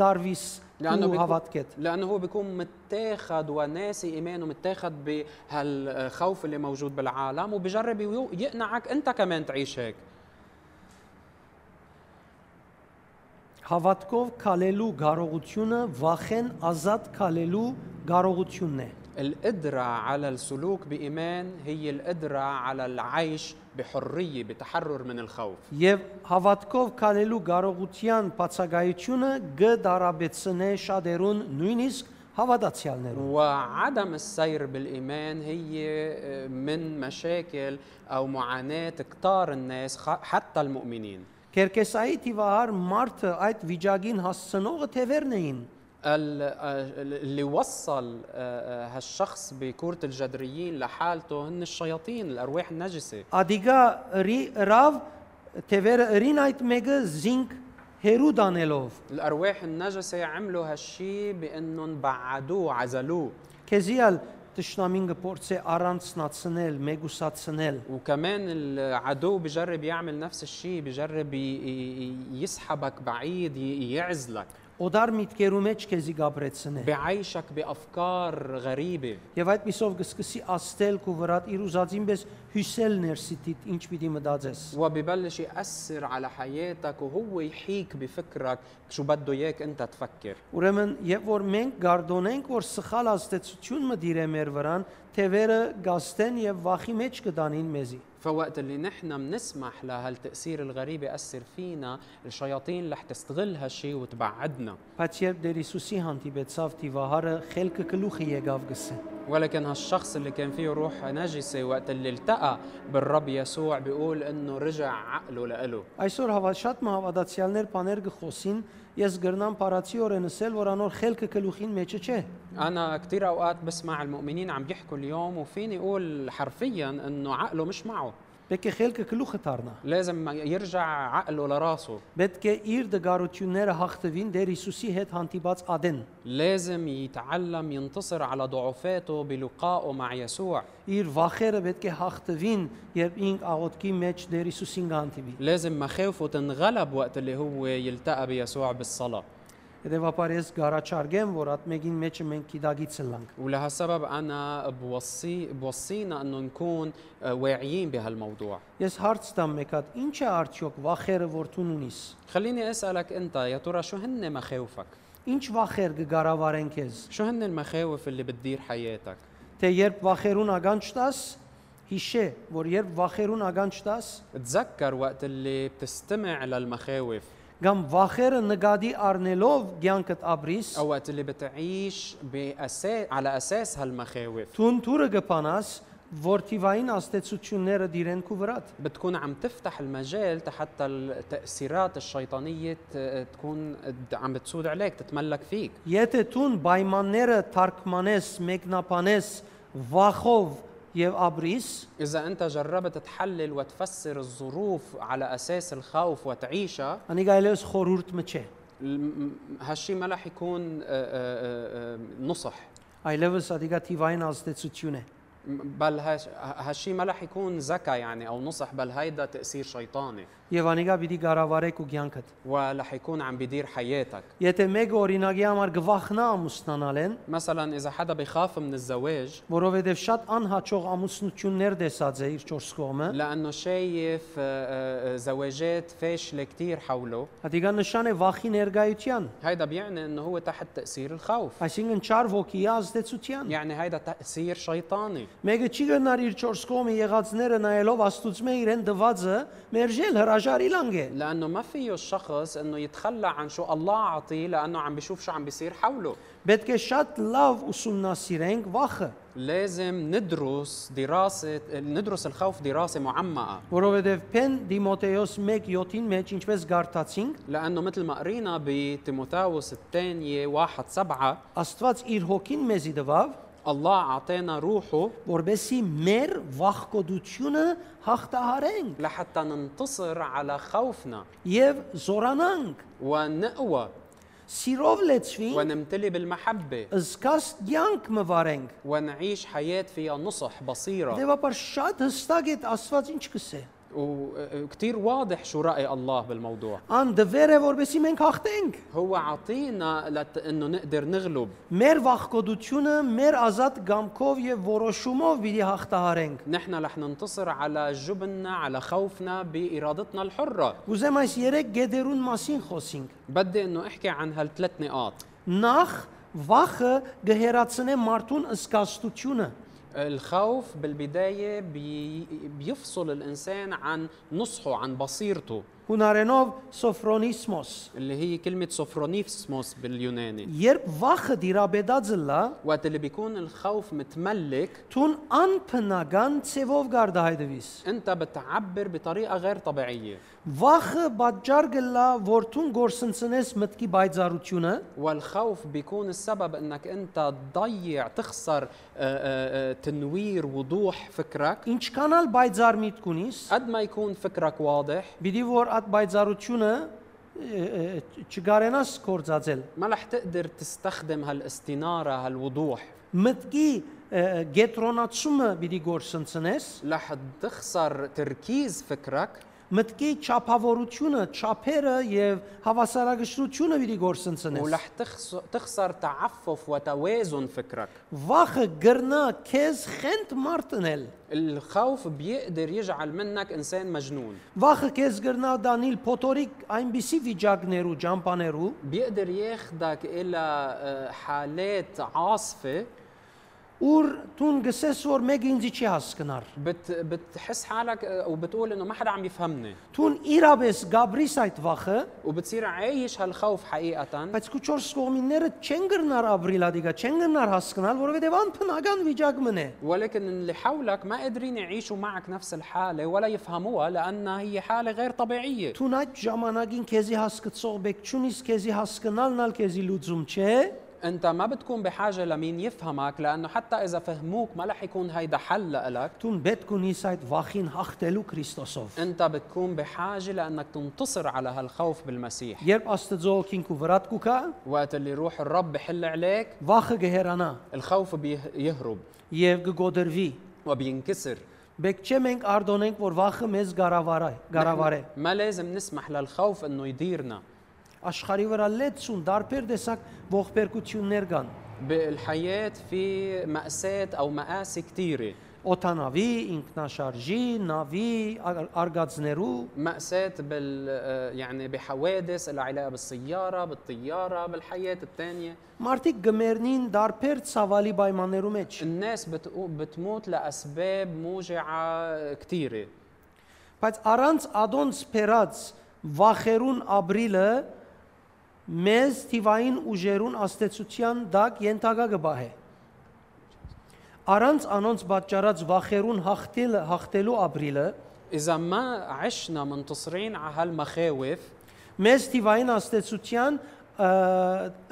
դարվիս لانه ու بيكون- հավատքեդ։ لانه هو بيكون متاخد وناسي ايمانه متاخد بهالخوف اللي موجود بالعالم وبجرب يو- يقنعك انت كمان تعيش هيك Հավատքով քալելու գարողությունը վախեն ազատ քալելու գարողությունն է։ القدرة على السلوك بإيمان هي القدرة على العيش بحرية بتحرر من الخوف Եվ հավատքով քալելու գարողության բացակայությունը գդարաբեցնե շադերուն նույնիսկ հավատացյալներուն։ وعدم السير بالإيمان هي آه، من مشاكل أو معاناة كتار الناس خ- حتى المؤمنين Կերկեսայի տիվահար մարդը այդ վիճակին հասցնողը թևերն էին։ ال- آه، اللي وصل آه، آه، هالشخص بكرة الجدريين لحالته هن الشياطين الأرواح النجسة Ադիգա ռի ռավ թևերը ըրին այդ մեګه զինք հերու դանելով։ الأرواح النجسة عملوا هالشي بأنهم بعدوه عزلوه Քեզիալ տշնամին գործե առանցնացնել, մեգուսացնել։ وكمان العدو بجرب يعمل نفس الشيء بجرب ي- ي- يسحبك بعيد ي- يعزلك Օդար միտքերու մեջ քեզի գաբրեցնե։ بعيشك بافكار غريبه Եվ այդ պիսով կսկսի աստել քու վրա իր ուզածին պես հյուսել ներսիտիդ ինչ պիտի մտածես։ وببلش ياثر على حياتك وهو يحيك بفكرك شو بده اياك انت تفكر Ուրեմն, երբ որ մենք գարդոնենք, որ սխալ աստեցություն մը դիրե մեր վրան, թևերը գաստեն եւ վախի մեջ կդանին մեզի։ فوقت اللي نحن بنسمح لهالتاثير الغريب ياثر فينا الشياطين رح تستغل هالشي وتبعدنا Բայց երբ Տեր Հիսուսի հանդիպեցավ Տիվահարը, խելքը գլուխը եկավ գսե։ ولكن هالشخص اللي كان فيه روح نجسة وقت اللي التقى بالرب يسوع بيقول انه رجع عقله لإله Այսօր հավատ մը հավատացյալներ բաներ կխոսին, ես գրնամ պարացի օրենսել, որ անոր խելքը գլուխին մեջը չէ։ أنا كثير أوقات بسمع المؤمنين عم يحكوا اليوم وفيني أقول حرفيا إنه عقله مش معه Պետք է խելքը գլուխը դառնա։ لازم يرجع عقله لراسه Պետք է իր դգարությունները հաղթվին Տեր Հիսուսի հետ հանդիպած ադեն։ لازم يتعلم ينتصر على ضعفاته بلقائه مع يسوع Իր վախերը պետք է հաղթվին, երբ ինք աղոտքի մեջ Տեր Հիսուսին գանտիվի։ لازم مخاوفه تنغلب وقت اللي هو يلتقى بيسوع بالصلاة Հետևաբար ես գարաչարգեմ, որ այդ մեկին մեջը մենք գիտագից լանք։ ولهالسبب أنا بوصي بوصينا أنه نكون آه، واعيين بهالموضوع Ես հարց տամ մեկ հատ, ի՞նչ է արդյոք վախերը որ ցուն ունիս։ خليني أسألك أنت يا ترى شو هن مخاوفك؟ Ինչ վախեր կգարավարեն քեզ։ شو هن المخاوف اللي بتدير حياتك؟ Թե երբ վախերուն ականջ տաս, հիշե, որ երբ վախերուն ականջ տաس, تذكر وقت اللي بتستمع للمخاوف կամ վախերը նկատի առնելով ցանկդ ապրիս, او وقت اللي بتعيش بأساس على اساس هالمخاوف ցուն թուրը կփանաս, որ թիվային աստեցությունները դիրեն քու վրատ։ بتكون عم تفتح المجال حتى التاثيرات الشيطانيه ت- تكون د- عم بتسود عليك تتملك فيك Եթե ցուն պայմանները թարգմանես, մեկնաբանես վախով եւ աբրիս, اذا انت جربت تحلل وتفسر الظروف على اساس الخوف وتعيشها անիգայլես խորուրդ մը չէ։ الم- هالشي ما رح يكون آه، آه، آه، نصح Այլևս ադիգատիվային ազդեցություն է։ م- بل هاش- هالشي ما رح يكون ذكى يعني او نصح بل هيدا تاثير شيطاني Եվ անիգա պիտի գարավարեք ու ցանկդ։ ورح يكون عم بيدير حياتك Եթե մեկ օրինակի համար գվախնա ամուսնանալեն, مثلا اذا حدا بخاف من الزواج որովհետեւ շատ անհաջող ամուսնություններ տեսած է իր 4 կողմը, لانه شايف آه، آه، زواجات فاشله كثير حوله ադիգա նշան է վախի ներգայության, هيدا بيعني انه هو تحت تاثير الخوف այսինքն չար ոգի ազդեցության։ يعني هيدا تاثير شيطاني Մեկը չի գնար իր 4 կողմի եղածները նայելով աստուծմե իրեն դվածը, մերժել հրաժարի լանգ է։ لانه ما فيه الشخص انه يتخلى عن شو الله عطيه لانه عم بيشوف شو عم بيصير حوله Պետք է շատ լավ ուսումնասիրենք վախը, لازم ندرس دراسة ندرس الخوف دراسة معمقة որովհետև Փեն Դիմոթեոս 1:7-ին մեջ ինչպես գարտացինք, لأنه مثل ما قرينا بتيموثاوس الثانية واحد سبعة Աստված իր հոգին մեզի տվավ, الله أعطانا روحه որբեսի մեր վախկոդությունը հաղթահարենք لحتى ننتصر على خوفنا եւ զորանանք, ونقوى սիրով լեցվենք, ونمتلي بالمحبة զգաս յանք մվարենք։ ونعيش حياة فيها نصح بصيرة Դեպաբար շատ հստակ է Աստված ինչ կսե։ وكتير واضح شو رأي الله بالموضوع Ան դվեր է որբեսի մենք հաղթենք։ هو عطينا لت... انه نقدر نغلب Մեր վախկոդությունը մեր ազատ գամքով եւ որոշումով պիտի հաղթահարենք։ نحن رح ننتصر على جبننا على خوفنا بإرادتنا الحرة Ուզեմ այս 3 գեդերուն մասին խոսենք։ بدي انه احكي عن هالثلاث نقاط Նախ վախը գհերացնե մարդուն սկաստությունը։ الخوف بالبداية بي... بيفصل الإنسان عن نصحه عن بصيرته Հունարենով սոֆրոնիսմոս։ اللي هي كلمة سوفرونيسموس باليوناني Երբ վախը դիրաբեդածը լա, وقت اللي بيكون الخوف متملك ցուն անփնական ցևով գարդահայտվիս։ انت بتعبر بطريقة غير طبيعية Վախը պատճառ գլա, որ ցուն գործընծնես մտքի բայձարությունը, والخوف بيكون السبب انك انت تضيع تخسر آه، آه، آه، تنوير وضوح فكرك ինչքանալ բայձար միտք ունիս, قد ما يكون فكرك واضح Բիդի որ այդ բայձարությունը ը, ը, չ- չգարենաս կործածել։ ما رح تقدر تستخدم هالاستنارة هالوضوح Մտքի ը, գետրոնացումը բիդի գործընծնես, رح تخسر تركيز فكرك մտքի ճափավորությունը, ճափերը եւ հավասարակշռությունը բիդի գործընծնես։ ورح تخس- تخسر تعفف وتوازن فكرك Վախը գրնա քեզ խենթ մարտնել։ الخوف بيقدر يجعل منك انسان مجنون Վախը քեզ գրնա դանիլ փոթորիկ այնպիսի վիճակներու, ճամփաներու, بيقدر ياخدك الى آه، حالات عاصفه ուր տուն գսես որ մեկ ինձի չի հասկնար։ بت بتحس حالك آه، وبتقول انه ما حدا عم يفهمني Տուն իրապես գաբրիս այդ վախը, وبتصير عايش هالخوف حقيقه բայց քու 4 կողմինները չեն գրնար ապրիլադիկա, չեն գրնար հասկանալ, որովհետև անփնական վիճակ մնե։ ولكن اللي حولك ما قادرين يعيشوا معك نفس الحاله ولا يفهموها لانها هي حاله غير طبيعيه Տուն այդ ժամանակին քեզի հասկացող բեք ճունիս քեզի հասկանալն ալ քեզի լուծում չէ։ انت ما بتكون بحاجه لمين يفهمك لانه حتى اذا فهموك ما رح يكون هيدا حل لك Տուն պետք ունիս այդ վախին հաղթելու Քրիստոսով։ انت بتكون بحاجه لانك تنتصر على هالخوف بالمسيح Երբ Աստծո օքին քու վրատ կուքա, وقت اللي روح الرب بحل عليك վախը գհերանա الخوف بيهرب եւ գգոդրվի։ وبينكسر Բեք չէ մենք արդոնենք, որ վախը մեզ գարավարա, գարավարե։ ما لازم نسمح للخوف انه يديرنا Աշխարի վրա լեցուն դարբեր տեսակ ողբերգություններ կան։ بالحياة في مأساة أو مآسي كثيرة Օթանավի, ինքնաշարժի, նավի, ար- արգածներու, مأساة بال آه، يعني بحوادث لها علاقة بالسيارة بالطيارة بالحياة الثانية մարդիկ գմերնին դարբեր ցավալի պայմաններու մեջ։ الناس بتقو- بتموت لأسباب موجعة كثيرة Բայց առանց ադոնց փերած վախերուն ապրիլը մեզ տիվային ուժերուն աստեցության դակ ենթակա կբահե։ Առանց անոնց պատճառած վախերուն հաղթելը, հաղթելու ապրիլը إذا ما عشنا منتصرين على هالمخاوف մեզ տիվային աստեցության ը,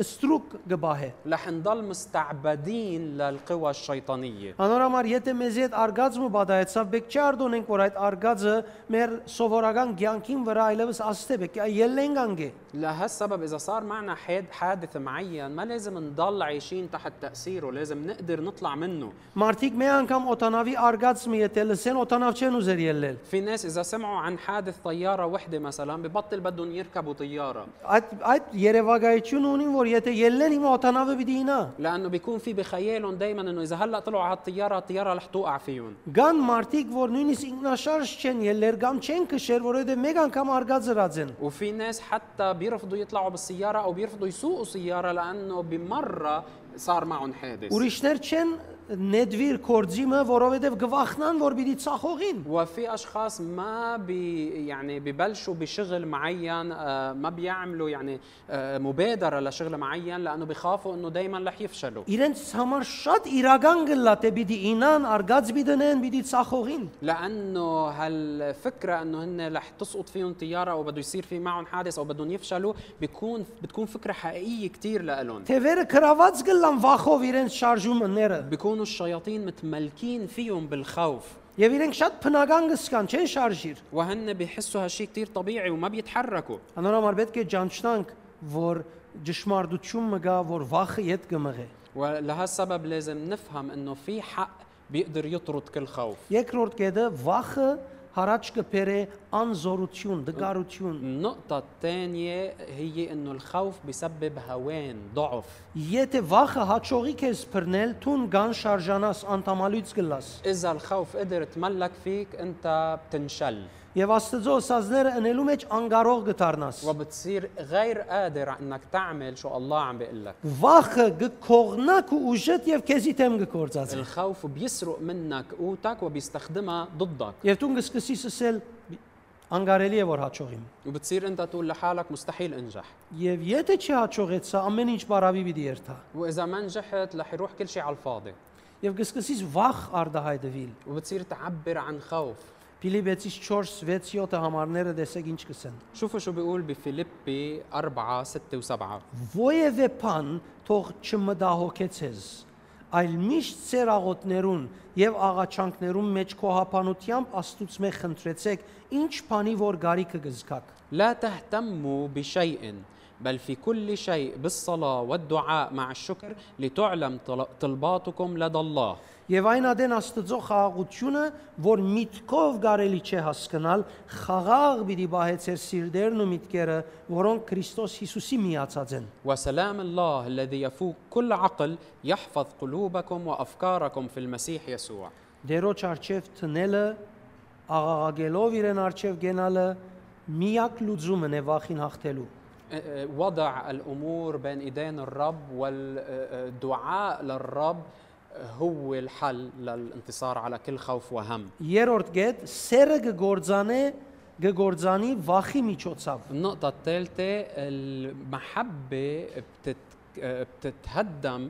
ստրուկ գբահե رح نضل مستعبدين للقوى الشيطانية Անորոմար եթե մեզի այդ արգածը բադայեցավ, բեք չի արդոնենք, որ այդ արգածը մեր սովորական ցանկին վրա այլևս աստեպ է, կա ելնենք անգե։ لهالسبب إذا صار معنا حاد- حادث معين ما لازم نضل عايشين تحت تأثيره لازم نقدر نطلع منه Մարդիկ մի անգամ օտանավի արգածը եթե լսեն, օտանավ չեն ուզեր ելնել։ في ناس إذا سمعوا عن حادث طيارة وحدة مثلا ببطل بدهم يركبوا طيارة Այդ այդ երևակայությունը ունին, որ եթե ելնեն հիմա օտանավը պիտի ինա։ لأنه بيكون في بخيالهم دايما إنه إذا هلأ طلعوا على الطيارة الطيارة رح توقع فيهم Գան մարդիկ, որ նույնիսկ ինքնաշարժ չեն ելներ, կամ չեն քշեր, որովհետև մեկ անգամ արգած զրած են։ وفي ناس حتى بيرفضوا يطلعوا بالسيارة أو بيرفضوا يسوقوا سيارة لأنه بمرة صار معهم حادث Ուրիշներ չեն ներդվիր կորձիմը, որովհետև գվախնան, որ պիտի ցախողին։ وفي اشخاص ما بي يعني ببلشوا بشغل معين آه، ما بيعملوا يعني آه، مبادره لشغل معين لانه بخافوا انه دائما رح يفشلوا Իրենց համար շատ իրական գլա թե պիտի ինան, արգած պիտի դնեն, պիտի ցախողին։ لانه هالفكره انه هن رح تسقط فيهم طياره او بده يصير في معهم حادث او بدهم يفشلوا بيكون بتكون فكره حقيقيه كثير لهم Թևերը քրաված գլան վախով իրենց շարժումները։ بيكونوا الشياطين متملكين فيهم بالخوف Եվ իրենք շատ բնական գսկան, չեն շարժիր։ وهن بيحسوا هالشيء كثير طبيعي وما بيتحركوا Անորոշ պետք է ճանչնանք, որ ճշմարտությունը գա, որ վախը իդ կմղե։ ولهالسبب لازم نفهم انه في حق بيقدر يطرد كل خوف Երկրորդ կետը վախը հարաճ կբերե անզորություն, դգարություն։ النقطة الثانية هي انه الخوف بسبب هوان ضعف Եթե վախը հաճողի քեզ բռնել, ցուն կան շարժանաս անտամալույց գլաս։ إذا الخوف قدر تملك فيك أنت بتنشل Եվ Աստծո սազները ընելու մեջ անկարող գտարնաս։ وبتصير غير قادر أنك تعمل شو الله عم بيقول لك Վախը գկողնա քու ուժդ եւ քեզի դեմ գկործած։ الخوف بيسرق منك قوتك وبيستخدمها ضدك Եվ ցուն կսկսի սսել անկարելի է որ հաճողիմ։ وبتصير أنت تقول لحالك مستحيل أنجح Եվ եթե չհաճողեցա, ամեն ինչ բարավի պիտի երթա։ وإذا ما نجحت رح يروح كل شيء على الفاضي Եվ կսկսիս վախ արդահայտվել։ وبتصير تعبر عن خوف Ֆիլիպեցիս 4, 6, 7 համարները դեսեք ինչ կսեն։ شوفوا شو بيقول بفيليبي 4 6 و7 Ո՞ևէ բան թող չմտահոգեցես, այլ միշտ ծերաղոտներուն եւ աղաչանքներուն մեջ քո հապանությամբ Աստուծո մե խնդրեցեք, ինչ բանի որ գարիքը գզկակ։ لا تهتموا بشيء بل في كل شيء بالصلاة والدعاء مع الشكر لتعلم طل- طلباتكم لدى الله Եվ այն ադեն Աստծո խաղաղությունը, որ միտքով կարելի չէ հասկանալ, խաղաղ պիտի բահեցեր սիրտերն ու միտքերը, որոնք Քրիստոս Հիսուսի միացած են։ وسلام الله الذي يفوق كل عقل يحفظ قلوبكم وأفكاركم في المسيح يسوع أه، Դերոջ արչև տնելը, աղաղակելով իրեն արչև գենալը, միակ լուծումն է վախին հաղթելու։ أ- أ- أه، وضع الأمور بين إيدين الرب والدعاء للرب هو الحل للانتصار على كل خوف وهم Երորդ գետ՝ սերը գործանե գործանի վախի միջոցով։ النقطة الثالثة المحبة بتت بتتهدم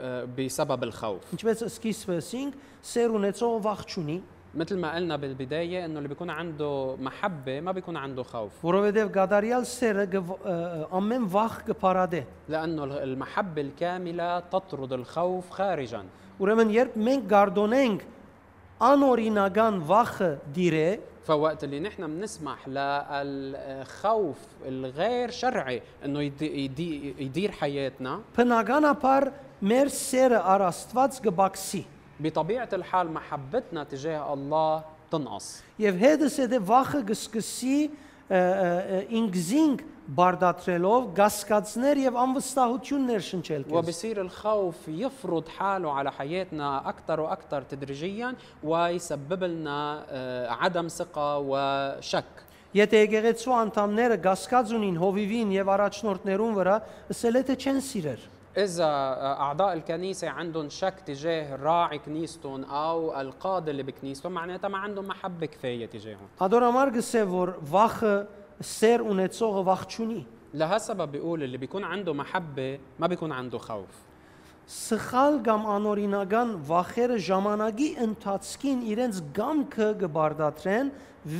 أه، بسبب الخوف Ինչպես սկիզբեսինք, սեր ունեցող վախ չունի, مثل ما قلنا بالبداية انه اللي بيكون عنده محبة ما بيكون عنده خوف որովհետև գադարյալ սերը գվ- ը, ը, ամեն վախ կփարադե։ لانه المحبة الكاملة تطرد الخوف خارجا Ուրեմն երբ մենք գարդոնենք անօրինական վախը դիրե, فوقت اللي نحن بنسمح للخوف الغير شرعي انه يدي- يدي- يدير حياتنا բնականաբար մեր սերը առաստված կբաքսի։ بطبيعة الحال محبتنا تجاه الله تنقص Եվ հետս է դե վախը գսկսի ը, ը, ը, ինքզինք բարդացրելով գասկածներ եւ անվստահություններ շնչել քեզ։ وبصير الخوف يفرض حاله على حياتنا أكثر وأكثر تدريجيا ويسبب لنا آه، عدم ثقة وشك Եթե եկեղեցու անդամները գասկած ունին հովիվին եւ առաջնորդներուն վրա, ասել է թե չեն սիրեր։ إذا أعضاء الكنيسة عندهم شك تجاه راعي كنيستهم أو القاضي اللي بكنيستهم معناتها ما عندهم محبة كفاية تجاههم Ադորամար գսե որ վախը սեր ունեցողը վախ չունի։ لهالسبب بيقول اللي بيكون عنده محبة ما بيكون عنده خوف Սխալ կամ անօրինական վախերը ժամանակի ընթացքին իրենց գամքը կբարդատրեն,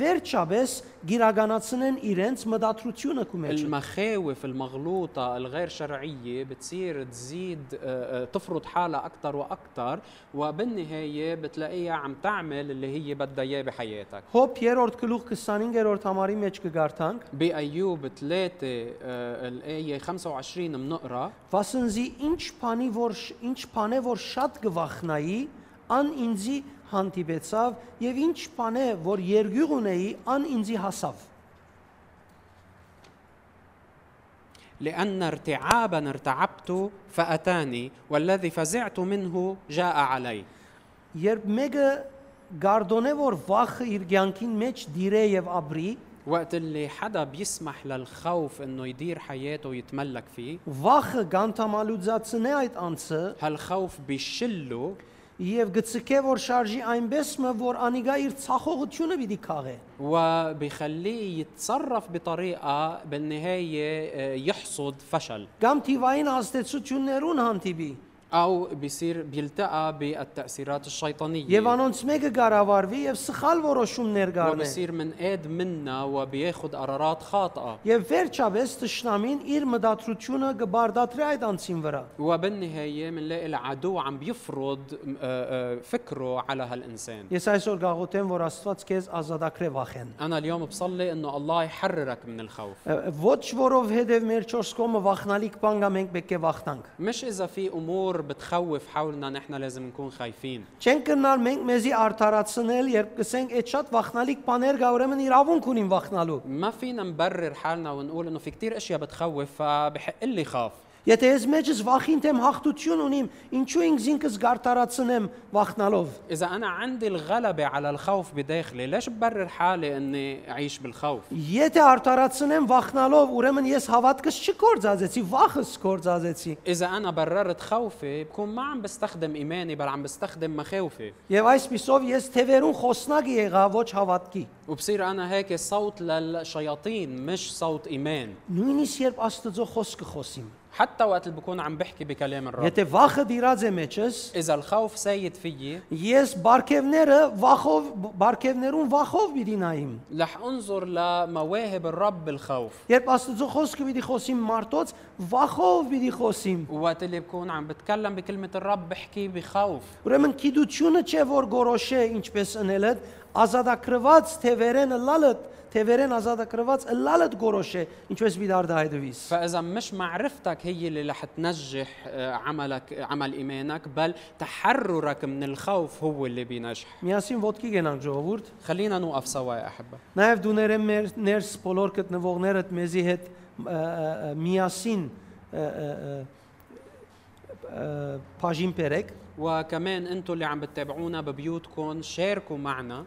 վերջապես գիրականացնեն իրենց մտադրությունը կու մեջ։ المخاوف المغلوطة الغير شرعية بتصير تزيد آه، آه، تفرض حالها أكثر وأكثر وبالنهاية بتلاقيها عم تعمل اللي هي بدها إياه بحياتك Հոբ 3-րդ գլուխ 25-րդ համարի մեջ կգարտանք, بأيوب 3 آه، الآية 25 بنقرا վասնզի ինչ բանի որ շ- ինչ բանե որ շատ գվախնայի, ան ինձի հանդիպեցավ եւ ինչ բանե որ երգյուղ ունեի, ան ինձի հասավ։ لأن ارتعابا ارتعبت فأتاني والذي فزعت منه جاء علي Երբ մեկը գարդոնե որ վախը իր ցանկին մեջ դիրե եւ ապրի, وقت اللي حدا بيسمح للخوف انه يدير حياته ويتملك فيه Վախը գանթամալուծացնե այդ անցը هالخوف بيشله եւ գծկե որ շարժի այնպեսը որ անիգա իր ցախողությունը պիտի քաղե։ وبيخليه يتصرف بطريقه بالنهايه آه، يحصد فشل Կամ թիվային հաստեցություններուն հանդիպի او بيصير بيلتقى بالتاثيرات الشيطانيه եւ անոնց մեկը գարավարվի եւ սխալ որոշումներ գարնե։ وبصير منقاد منا وبياخد قرارات خاطئه Եվ վերջապես ճշնամին իր մտադրությունը կբարդատրի այդ անձին վրա։ وبالنهايه بنلاقي العدو عم بيفرض م- آه، آه، فكره على هالانسان Ես այսօր գաղութեմ, որ Աստված քեզ ազատագրե վախեն։ انا اليوم بصلي انه الله يحررك من الخوف Ոչ որով հետև մեր 4 կողմը վախնալիք բան կա մենք պետք է վախտանք։ مش اذا في امور بتخوف حولنا نحن لازم نكون خايفين Չենք կնալ մենք մեզի արդարացնել, երբ կսենք այդ շատ վախնալիք բաներ կա, ուրեմն իրավունք ունին վախնալու։ ما فينا نبرر حالنا ونقول انه في كتير اشياء بتخوف فبحق لي خاف Եթե ես մեջս վախին դեմ հաղթություն ունիմ, ինչու ինքս ինքս գարտարացնեմ վախնալով։ اذا انا عندي الغلبة على الخوف بداخلي ليش ببرر حالي اني اعيش بالخوف Եթե արդարացնեմ վախնալով, ուրեմն ես հավատքս չկործածեցի, վախս կործածեցի։ اذا انا بررت خوفي بكون ما عم بستخدم ايماني بل عم بستخدم مخاوفي Եվ այս պիսով ես թևերուն խոսնակի եղա ոչ հավատքի։ وبصير انا هيك صوت للشياطين مش صوت ايمان Նույնիսկ երբ Աստծո խոսքը խոսիմ, حتى وقت اللي بكون عم بحكي بكلام الرب եթե վախը դիրած է մեջս, اذا الخوف سايد فيي ես բարգևները վախով բարգևներուն վախով պիտի նայիմ։ رح انظر لمواهب الرب بالخوف Երբ Աստծո խոսքը պիտի խոսիմ մարդոց, վախով պիտի խոսիմ։ وقت اللي بكون عم بتكلم بكلمة الرب بحكي بخوف Ուրեմն քիդությունը չէ որ գորոշե ինչպես ընելը, ազատագրված թևերեն լալը, թևերեն ազատագրված լալը գորոշե, ինչպես պիտի արդա հայտվիս։ فإذا مش معرفتك هي اللي رح تنجح آه، عملك عمل إيمانك بل تحررك من الخوف هو اللي بينجح Միասին ոդկի գնանք ժողովուրդ։ خلينا نوقف سوا يا أحبة Նաև դուները մեր ներս բոլոր գտնվողներդ մեզի հետ ը, ը, ը, միասին ը, ը, ը, ը, բաժին բերեք وكمان أنتوا اللي عم بتتابعونا ببيوتكم شاركوا معنا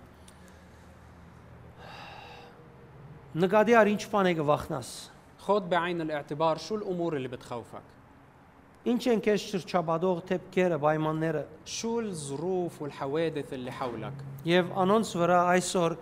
նկատի առ ինչ բան է գվախնաս خد بعين الاعتبار شو الأمور اللي بتخوفك ինչ են քեզ շրջապատող թեփքերը պայմանները شو الظروف والحوادث اللي حولك եւ անոնց վրա այսօր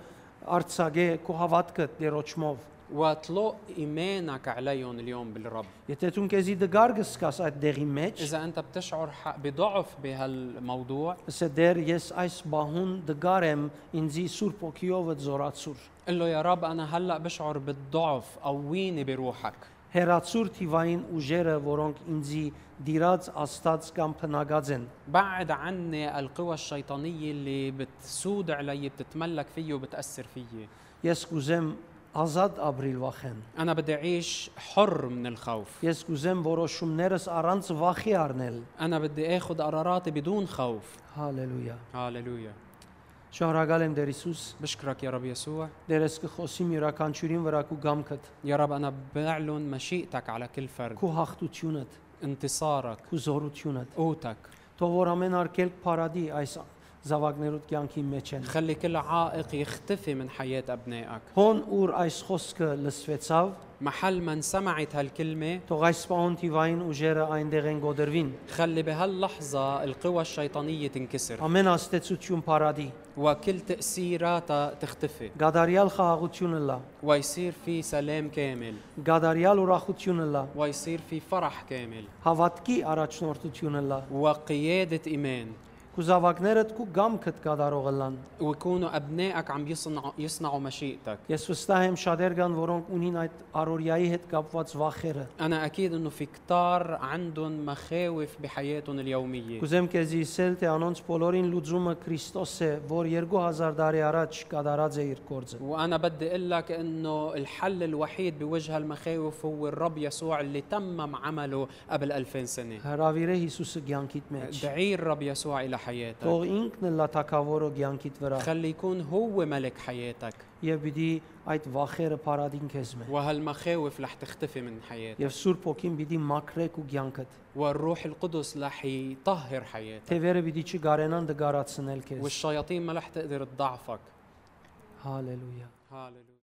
արցագե քո հավատքը դերոճմով واطلق إيمانك عليهم اليوم بالرب եթե դու քեզի դգար գսկաս այդ դեղի մեջ إذا أنت بتشعر ح- بضعف بهالموضوع ասե դեր ես այս բահուն դգար եմ ինձի սուրբ ոգիով զորացուր قل له يا رب أنا هلأ بشعر بالضعف قويني بروحك Հերացուր թիվային ուժերը, որոնք ինձի դիրած աստած կամ փնագած են։ بعد عني القوى الشيطانية اللي بتسود علي بتتملك فيي وبتأثر فيي Ես կուզեմ ազատ ապրիլ վախեն։ أنا بدي أعيش حر من الخوف Ես կուզեմ որոշումներս առանց վախի առնել։ أنا بدي أخذ قراراتي بدون خوف Հալելույա։ هاليلويا Շնորհակալ եմ Տեր Հիսուս, بشكرك يا رب يسوع Տերս կխոսիմ յուրաքանչյուրին վրա քու գամքդ, يا رب أنا بعلن مشيئتك على كل فرد քու հաղթությունդ, انتصارك քու զորությունդ։ قوتك Թող որ ամեն արկելք փարադի այս զավակներուդ կյանքի մեջ են։ خلي كل عائق يختفي من حياة أبنائك Հոն ուր այս խոսքը լսվեցավ, محل من سمعت هالكلمة թող այս պահուն թիվային ուժերը այնտեղ են գոդրվին։ خلي بهاللحظة القوى الشيطانية تنكسر Ամեն աստեցություն փարադի։ وكل تأثيراتها تختفي Գադարիալ խաղաղությունը լա, ويصير في سلام كامل գադարիալ ուրախությունը լա, ويصير في فرح كامل հավատքի առաջնորդությունը լա։ وقيادة إيمان Կուզավակներդ քու գամքդ գադարողը լան։ ويكونوا أبنائك عم يصنعوا, يصنعوا مشيئتك Ես վստահ եմ շատեր կան, որոնք ունին այդ առօրյայի հետ կապված վախերը։ أنا أكيد أنه في كتار عندهم مخاوف بحياتهم اليومية Կուզեմ քեզ իսել թե անոնց բոլորին լուծումը Քրիստոս է, որ 2000 տարի առաջ կատարած է իր գործը։ وأنا بدي أقول لك أنه الحل الوحيد بوجه المخاوف هو الرب يسوع اللي تمم عمله قبل 2000 سنة Հրավիրե Հիսուսը կյանքիդ մեջ։ دعي الرب يسوع إلى حياتك Թող ինքն լա թակավորը կյանքիդ վրա خلي يكون هو ملك حياتك եւ պիտի այդ վախերը փարադին քեզ մեջ։ وهالمخاوف رح تختفي من حياتك Եվ Սուրբ Օքին պիտի մաքրեք ու կյանքդ։ والروح القدس رح يطهر حياتك Թևերը պիտի չգարենան դգարացնել քեզ։ والشياطين ما رح تقدر تضعفك Հալելույա։ هاللويا